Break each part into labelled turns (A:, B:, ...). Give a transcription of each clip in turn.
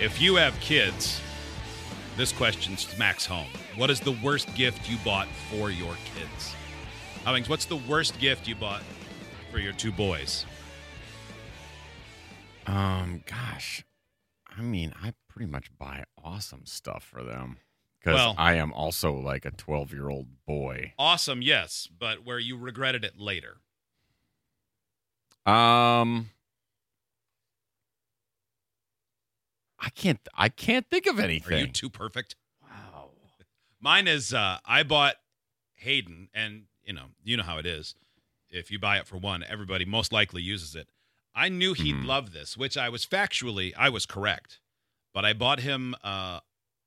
A: If you have kids, this question smacks home. What is the worst gift you bought for your kids? Hummings, what's the worst gift you bought for your two boys?
B: Um, gosh, I mean, I pretty much buy awesome stuff for them because
A: Well-
B: I am also like a twelve-year-old boy.
A: Awesome, yes, but where you regretted it later.
B: Um, I can't, I can't think of
A: Are you
B: anything.
A: too perfect? Wow. Mine is uh, I bought Hayden, and you know, you know how it is. If you buy it for one, everybody most likely uses it. I knew he'd
B: Mhm.
A: love this, which I was factually I was correct, but I bought him uh,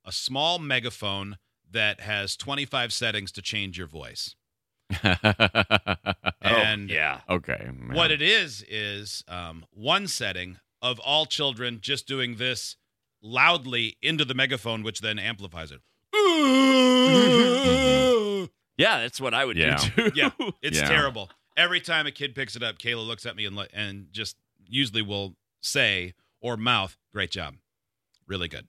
A: a small megaphone that has 25 settings to change your voice.
C: Oh,
A: And Oh, yeah,
B: okay,
A: what it is is um, one setting of all children just doing this loudly into the megaphone, which then amplifies it.
D: Uhum.
C: Yeah, that's what I would
B: Yeah.
C: do too.
A: Yeah, it's
B: Yeah.
A: terrible. Every time a kid picks it up, Kayla looks at me and li- and just usually will say or mouth, "Great job, really good."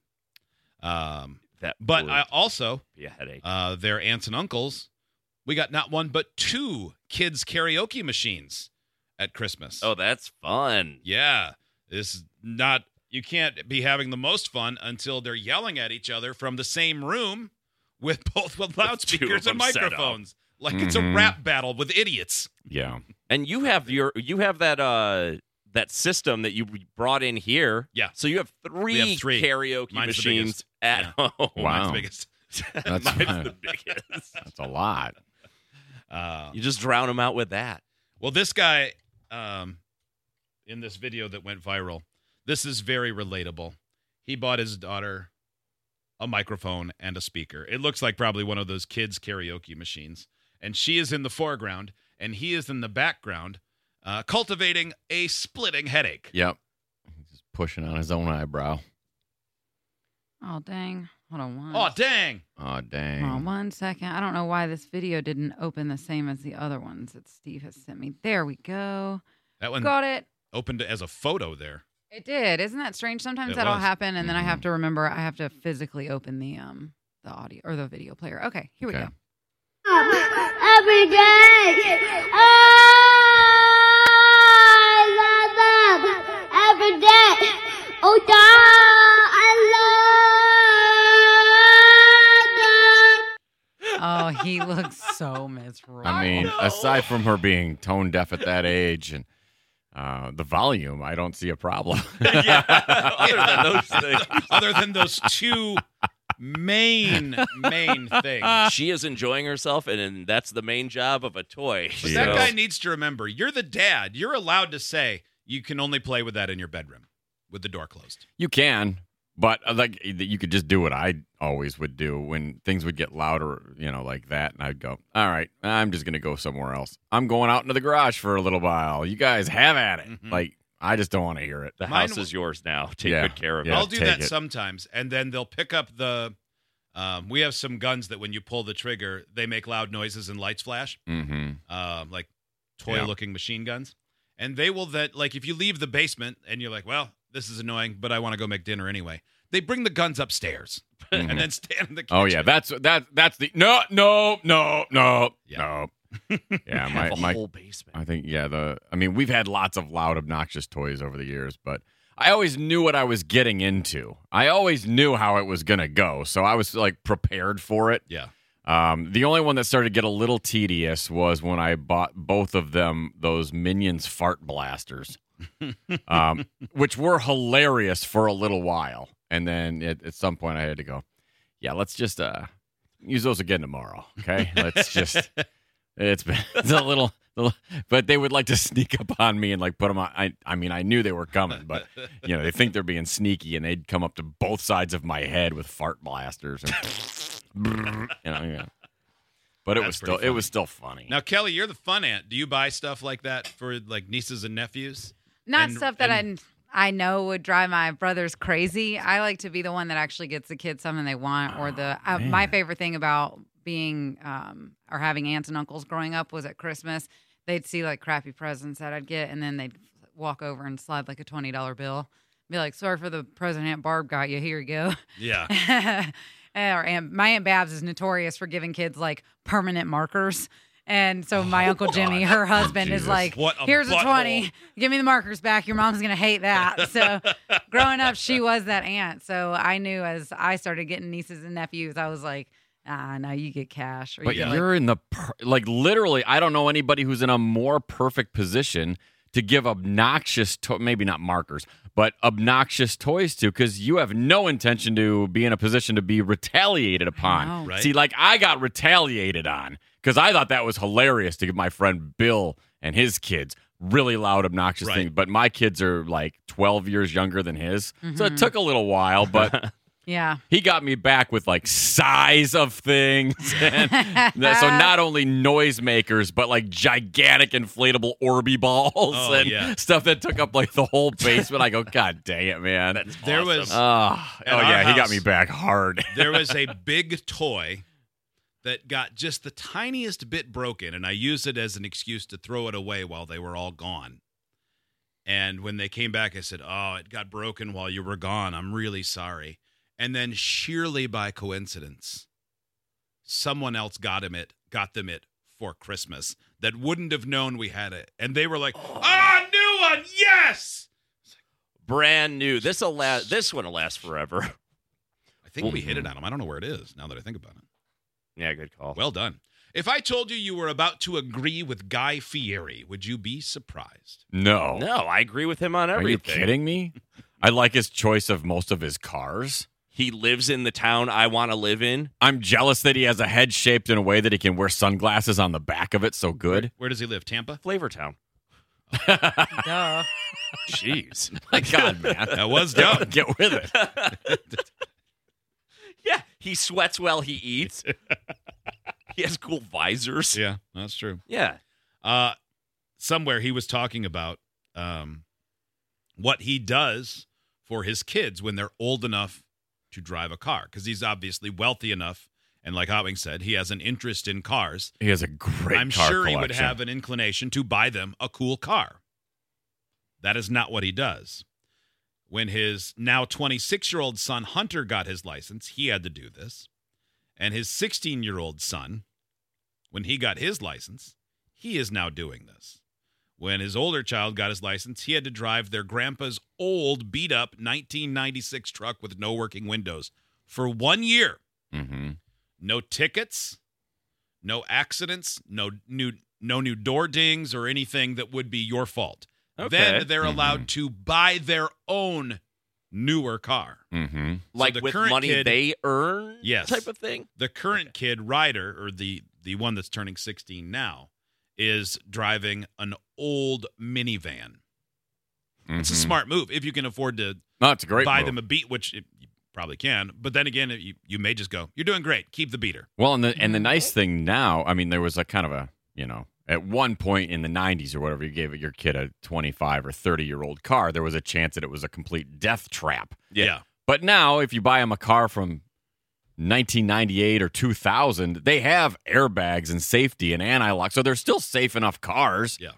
A: Um,
C: that
A: but
C: would
A: I also
C: be a headache.
A: uh, their aunts and uncles, we got not one but two kids karaoke machines at Christmas.
C: oh, that's fun.
A: Yeah. This is not you can't be having the most fun until they're yelling at each other from the same room with both with
C: two of
A: loudspeakers and
C: them set up. Mm-hmm.
A: microphones. Like it's a
B: Mhm.
A: rap battle with idiots.
B: yeah,
C: And you have your you have that uh that system that you brought in here.
A: Yeah.
C: So you have three,
A: three.
C: karaoke
A: Mine's the
C: machines
A: biggest.
C: at home.
A: Mine's
B: Wow.
A: the biggest.
B: that's
C: Mine's the biggest.
B: that's a lot.
A: Uh,
C: You just drown them out with that.
A: well, this guy um, in this video that went viral, this is very relatable. He bought his daughter a microphone and a speaker. It looks like probably one of those kids' karaoke machines. And she is in the foreground and he is in the background, uh, cultivating a splitting headache.
B: Yep, he's just pushing on his own eyebrow.
E: Oh dang! Hold on one.
A: Oh, dang.
B: Oh dang!
E: Hold on one second. I don't know why this video didn't open the same as the other ones that Steve has sent me. There we go.
A: That one
E: Got it.
A: opened as a photo there.
E: It did. Isn't that strange? Sometimes
A: It
E: that'll
A: was.
E: happen, and then I have
B: Mhm.
E: to remember I have to physically open the um the audio or the video player. Okay, here we
B: Okay.
E: go.
F: every day. Oh, I love them every day. Oh, God, I love them.
E: Oh, he looks so miserable.
B: I mean, aside from her being tone deaf at that age and uh, the volume, I don't see a problem.
C: Other than those things.
A: Other than those two main, main things.
C: She is enjoying herself, and, and that's the main job of a toy.
A: But
B: Yeah.
A: that guy needs to remember you're the dad. You're allowed to say you can only play with that in your bedroom with the door closed.
B: You can, but uh, like you could just do what I always would do when things would get louder, you know, like that, and I'd go, "All right, I'm just gonna go somewhere else. I'm going out into the garage for a little while. You guys have at it."
A: Mhm.
B: Like I just don't want to hear it.
C: the
A: Mine
C: house is yours now. Take
B: Yeah.
C: good care of
B: Yeah.
A: I'll do
B: take
A: that
B: it.
A: sometimes. And then they'll pick up the. Um, we have some guns that when you pull the trigger, they make loud noises and lights flash,
B: Mm-hmm.
A: um, like toy
B: Yeah.
A: looking machine guns. And they will that, like, if you leave the basement and you're like, well, this is annoying, but I want to go make dinner anyway, they bring the guns upstairs
B: Mhm.
A: and then stand in the kitchen.
B: Oh yeah, that's that. That's the no, no, no, no,
A: Yeah.
B: no. Yeah,
C: it.
B: my
C: Have a
B: my
C: whole basement.
B: I think yeah, the I mean, we've had lots of loud obnoxious toys over the years, but I always knew what I was getting into. I always knew how it was going to go, so I was like prepared for it.
A: Yeah.
B: Um, the only one that started to get a little tedious was when I bought both of them those Minions fart blasters, um, which were hilarious for a little while, and then at, at some point I had to go, yeah, let's just uh, use those again tomorrow, okay? Let's just it's been it's a little but they would like to sneak up on me and like put them on. I, I mean, I knew they were coming, but you know, they think they're being sneaky and they'd come up to both sides of my head with fart blasters. And, you know, yeah. But it
A: That's pretty
B: was still it
A: funny.
B: was still funny.
A: Now, Kelly, you're the fun aunt. Do you buy stuff like that for like nieces and nephews?
E: Not
A: And-
E: stuff that
A: and-
E: I I know would drive my brothers crazy. I like to be the one that actually gets the kids something they want, or the
A: Ah,
E: uh, my favorite thing about being um, or having aunts and uncles growing up was at Christmas they'd see like crappy presents that I'd get, and then they'd walk over and slide like a twenty dollar bill, be like, "Sorry for the present Aunt Barb got you. Here you go."
A: Yeah.
E: or Eh, aunt, my aunt Babs is notorious for giving kids like permanent markers. And so my uncle Jimmy, her husband, is
B: Jesus.
E: like,
A: Oh, What a
E: "Here's a
A: butthole."
E: twenty. Give me the markers back. Your mom's gonna hate that." So growing up, she was that aunt. So I knew as I started getting nieces and nephews, I was like, "Ah, now you get cash." Or
B: But
E: you get,
B: you're in the per- like literally. I don't know anybody who's in a more perfect position to give obnoxious, to- maybe not markers, but obnoxious toys to because you have no intention to be in a position to be retaliated upon.
E: know.
A: Right.
B: See, like I got retaliated on because I thought that was hilarious to give my friend Bill and his kids really loud, obnoxious
A: Right.
B: things. But my kids are like 12 years younger than his, so it
E: Mhm.
B: took a little while, but.
E: yeah.
B: he got me back with like size of things. And that- so not only noisemakers, but like gigantic inflatable Orby balls
A: Oh,
B: and
A: yeah.
B: stuff that took up like the whole basement. I go, God dang it, man.
C: That's
A: There
C: awesome.
A: was-
B: Ah,
A: At
B: oh,
A: our
B: yeah, he got
A: house-
B: me back hard.
A: there was a big toy that got just the tiniest bit broken, and I used it as an excuse to throw it away while they were all gone. And when they came back, I said, Oh, it got broken while you were gone. I'm really sorry. And then, sheerly by coincidence, someone else got him it, got them it for Christmas that wouldn't have known we had it. And they were like, Ah, new one, yes.
C: brand new. This will last. This one will last forever.
A: I think we hit it on him. I don't know where it is now that I think about it.
C: Yeah, good call.
A: Well done. If I told you you were about to agree with Guy Fieri, would you be surprised?
B: No.
C: no, I agree with him on
B: Are
C: everything.
B: you kidding me? I like his choice of most of his cars.
C: He lives in the town I want to live in.
B: I'm jealous that he has a head shaped in a way that he can wear sunglasses on the back of it so good.
A: Where does he live? Tampa?
C: Flavor Town.
E: Duh.
C: Jeez.
B: God, man.
A: That was dumb.
B: Get with it.
C: yeah, he sweats while he eats. he has cool visors.
A: yeah, that's true.
C: Yeah.
A: Uh, somewhere he was talking about um, what he does for his kids when they're old enough to drive a car, because he's obviously wealthy enough. And like Hotwing said, he has an interest in cars.
B: He has a great
A: I'm
B: car
A: sure he would
B: collection.
A: have an inclination to buy them a cool car. That is not what he does. When his now 26 year old son Hunter got his license, he had to do this. And his 16 year old son, when he got his license, he is now doing this. When his older child got his license, he had to drive their grandpa's old beat up 1996 truck with no working windows for one year
B: Mm-hmm.
A: no tickets, no accidents, no new no new door dings or anything that would be your fault.
C: Okay.
A: Then they're allowed to buy their own newer car.
B: Mm-hmm.
A: So
C: Like
A: the
C: with
A: current
C: money
A: kid-
C: they earn
A: Yes.
C: type of thing.
A: The current kid Ryder or the the one that's turning 16 now is driving an old minivan. It's a smart move if you can afford to
B: No, it's a Mm-hmm. great.
A: buy
B: move.
A: them a beat, which it, you probably can. But then again, you, you may just go, "You're doing great. Keep the beater."
B: well, and the and the
A: Mm-hmm.
B: nice thing now, I mean, there was a kind of a you know at one point in the '90s or whatever, you gave your kid a 25 or 30 year old car, there was a chance that it was a complete death trap.
A: Yeah.
B: But now, if you buy them a car from 1998 or 2000, they have airbags and safety and anti lock, so they're still safe enough cars.
A: Yeah.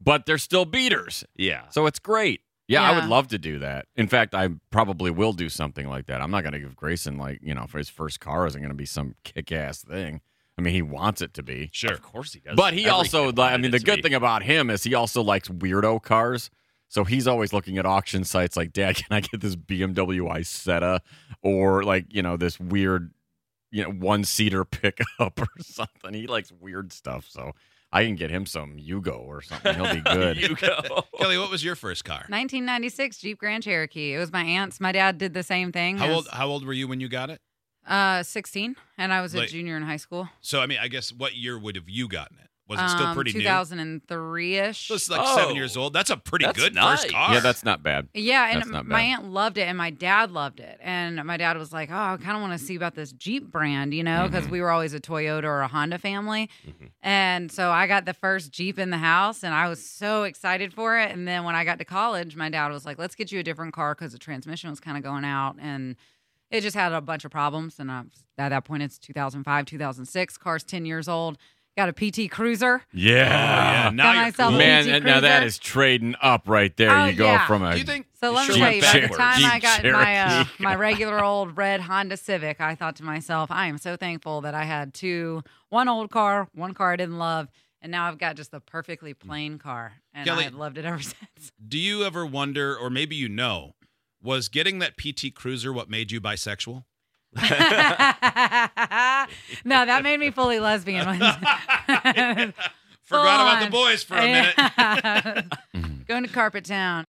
B: but they're still beaters.
C: Yeah.
B: So it's great. Yeah, I would
E: Yeah.
B: love to do that. In fact, I probably will do something like that. I'm not going to give Grayson like you know for his first car isn't going to be some kick ass thing. I mean, he wants it to be,
A: Sure.
C: Of course he does.
B: but he
C: Every
B: also
C: kid
B: li- I
C: wanted
B: mean,
C: it
B: the
C: to
B: good
C: be.
B: thing about him is he also likes weirdo cars. So he's always looking at auction sites like, Dad, can I get this BMW Isetta or like you know this weird you know one seater pickup or something? He likes weird stuff, so I can get him some Yugo or something. He'll be good.
C: You go.
A: Kelly, what was your first car?
E: 1996 Jeep Grand Cherokee. It was my aunt's. My dad did the same thing.
A: How
E: as-
A: old how old were you when you got it?
E: Uh, 16, and I was a
A: Like-
E: junior in high school.
A: So I mean, I guess what year would have you gotten it? Was it
E: Um,
A: still pretty new?
E: 2003 ish.
A: So it's like seven
C: Oh.
A: years old. That's a pretty
C: That's
A: good first
C: nice.
A: car.
B: Yeah, that's not bad.
E: Yeah, and
B: That's not
E: my
B: bad.
E: aunt loved it, and my dad loved it. And my dad was like, "Oh, I kind of want to see about this Jeep brand, you know,
B: Mm-hmm.
E: because we were always a Toyota or a Honda family." And so I got the first Jeep in the house, and I was so excited for it. And then when I got to college, my dad was like, "Let's get you a different car because the transmission was kind of going out, and it just had a bunch of problems." And I was, at that point, it's 2005, 2006. Car's 10 years old. Got a PT Cruiser.
A: yeah. Now
E: Got
A: you're
E: myself
A: cool.
E: a
B: Man,
E: Jeep
B: and now that
E: Cruiser.
B: is trading up right there.
E: Oh,
B: you go
E: yeah.
B: from a
A: Do you think?
E: So let me
A: Sure.
E: tell you, by the
B: backwards.
E: time I
B: Jeep
E: got my uh,
B: Cherokee.
E: my regular old red Honda Civic, I thought to myself, I am so thankful that I had two, one old car, one car I didn't love, and now I've got just the perfectly plain car, and
A: Kelly-
E: I've loved it ever since.
A: Do you ever wonder, or maybe you know, was getting that PT Cruiser what made you bisexual?
E: no, that made me fully lesbian.
A: Forgot
E: Full
A: about the
E: on.
A: boys for a minute.
E: Going to Carpet Town.